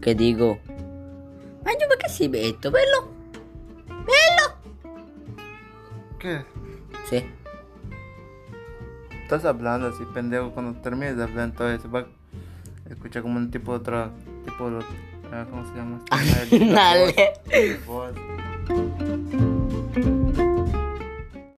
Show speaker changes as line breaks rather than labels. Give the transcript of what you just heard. che dico? Ma io perché si metto? Bello? Bello?
¿Qué?
Sì.
Estás hablando así, pendejo. Cuando termines de hablar, entonces se va a escuchar como un tipo de otra. Tipo Este, de. ah, ¿Cómo se llama?
Dale.
Voz.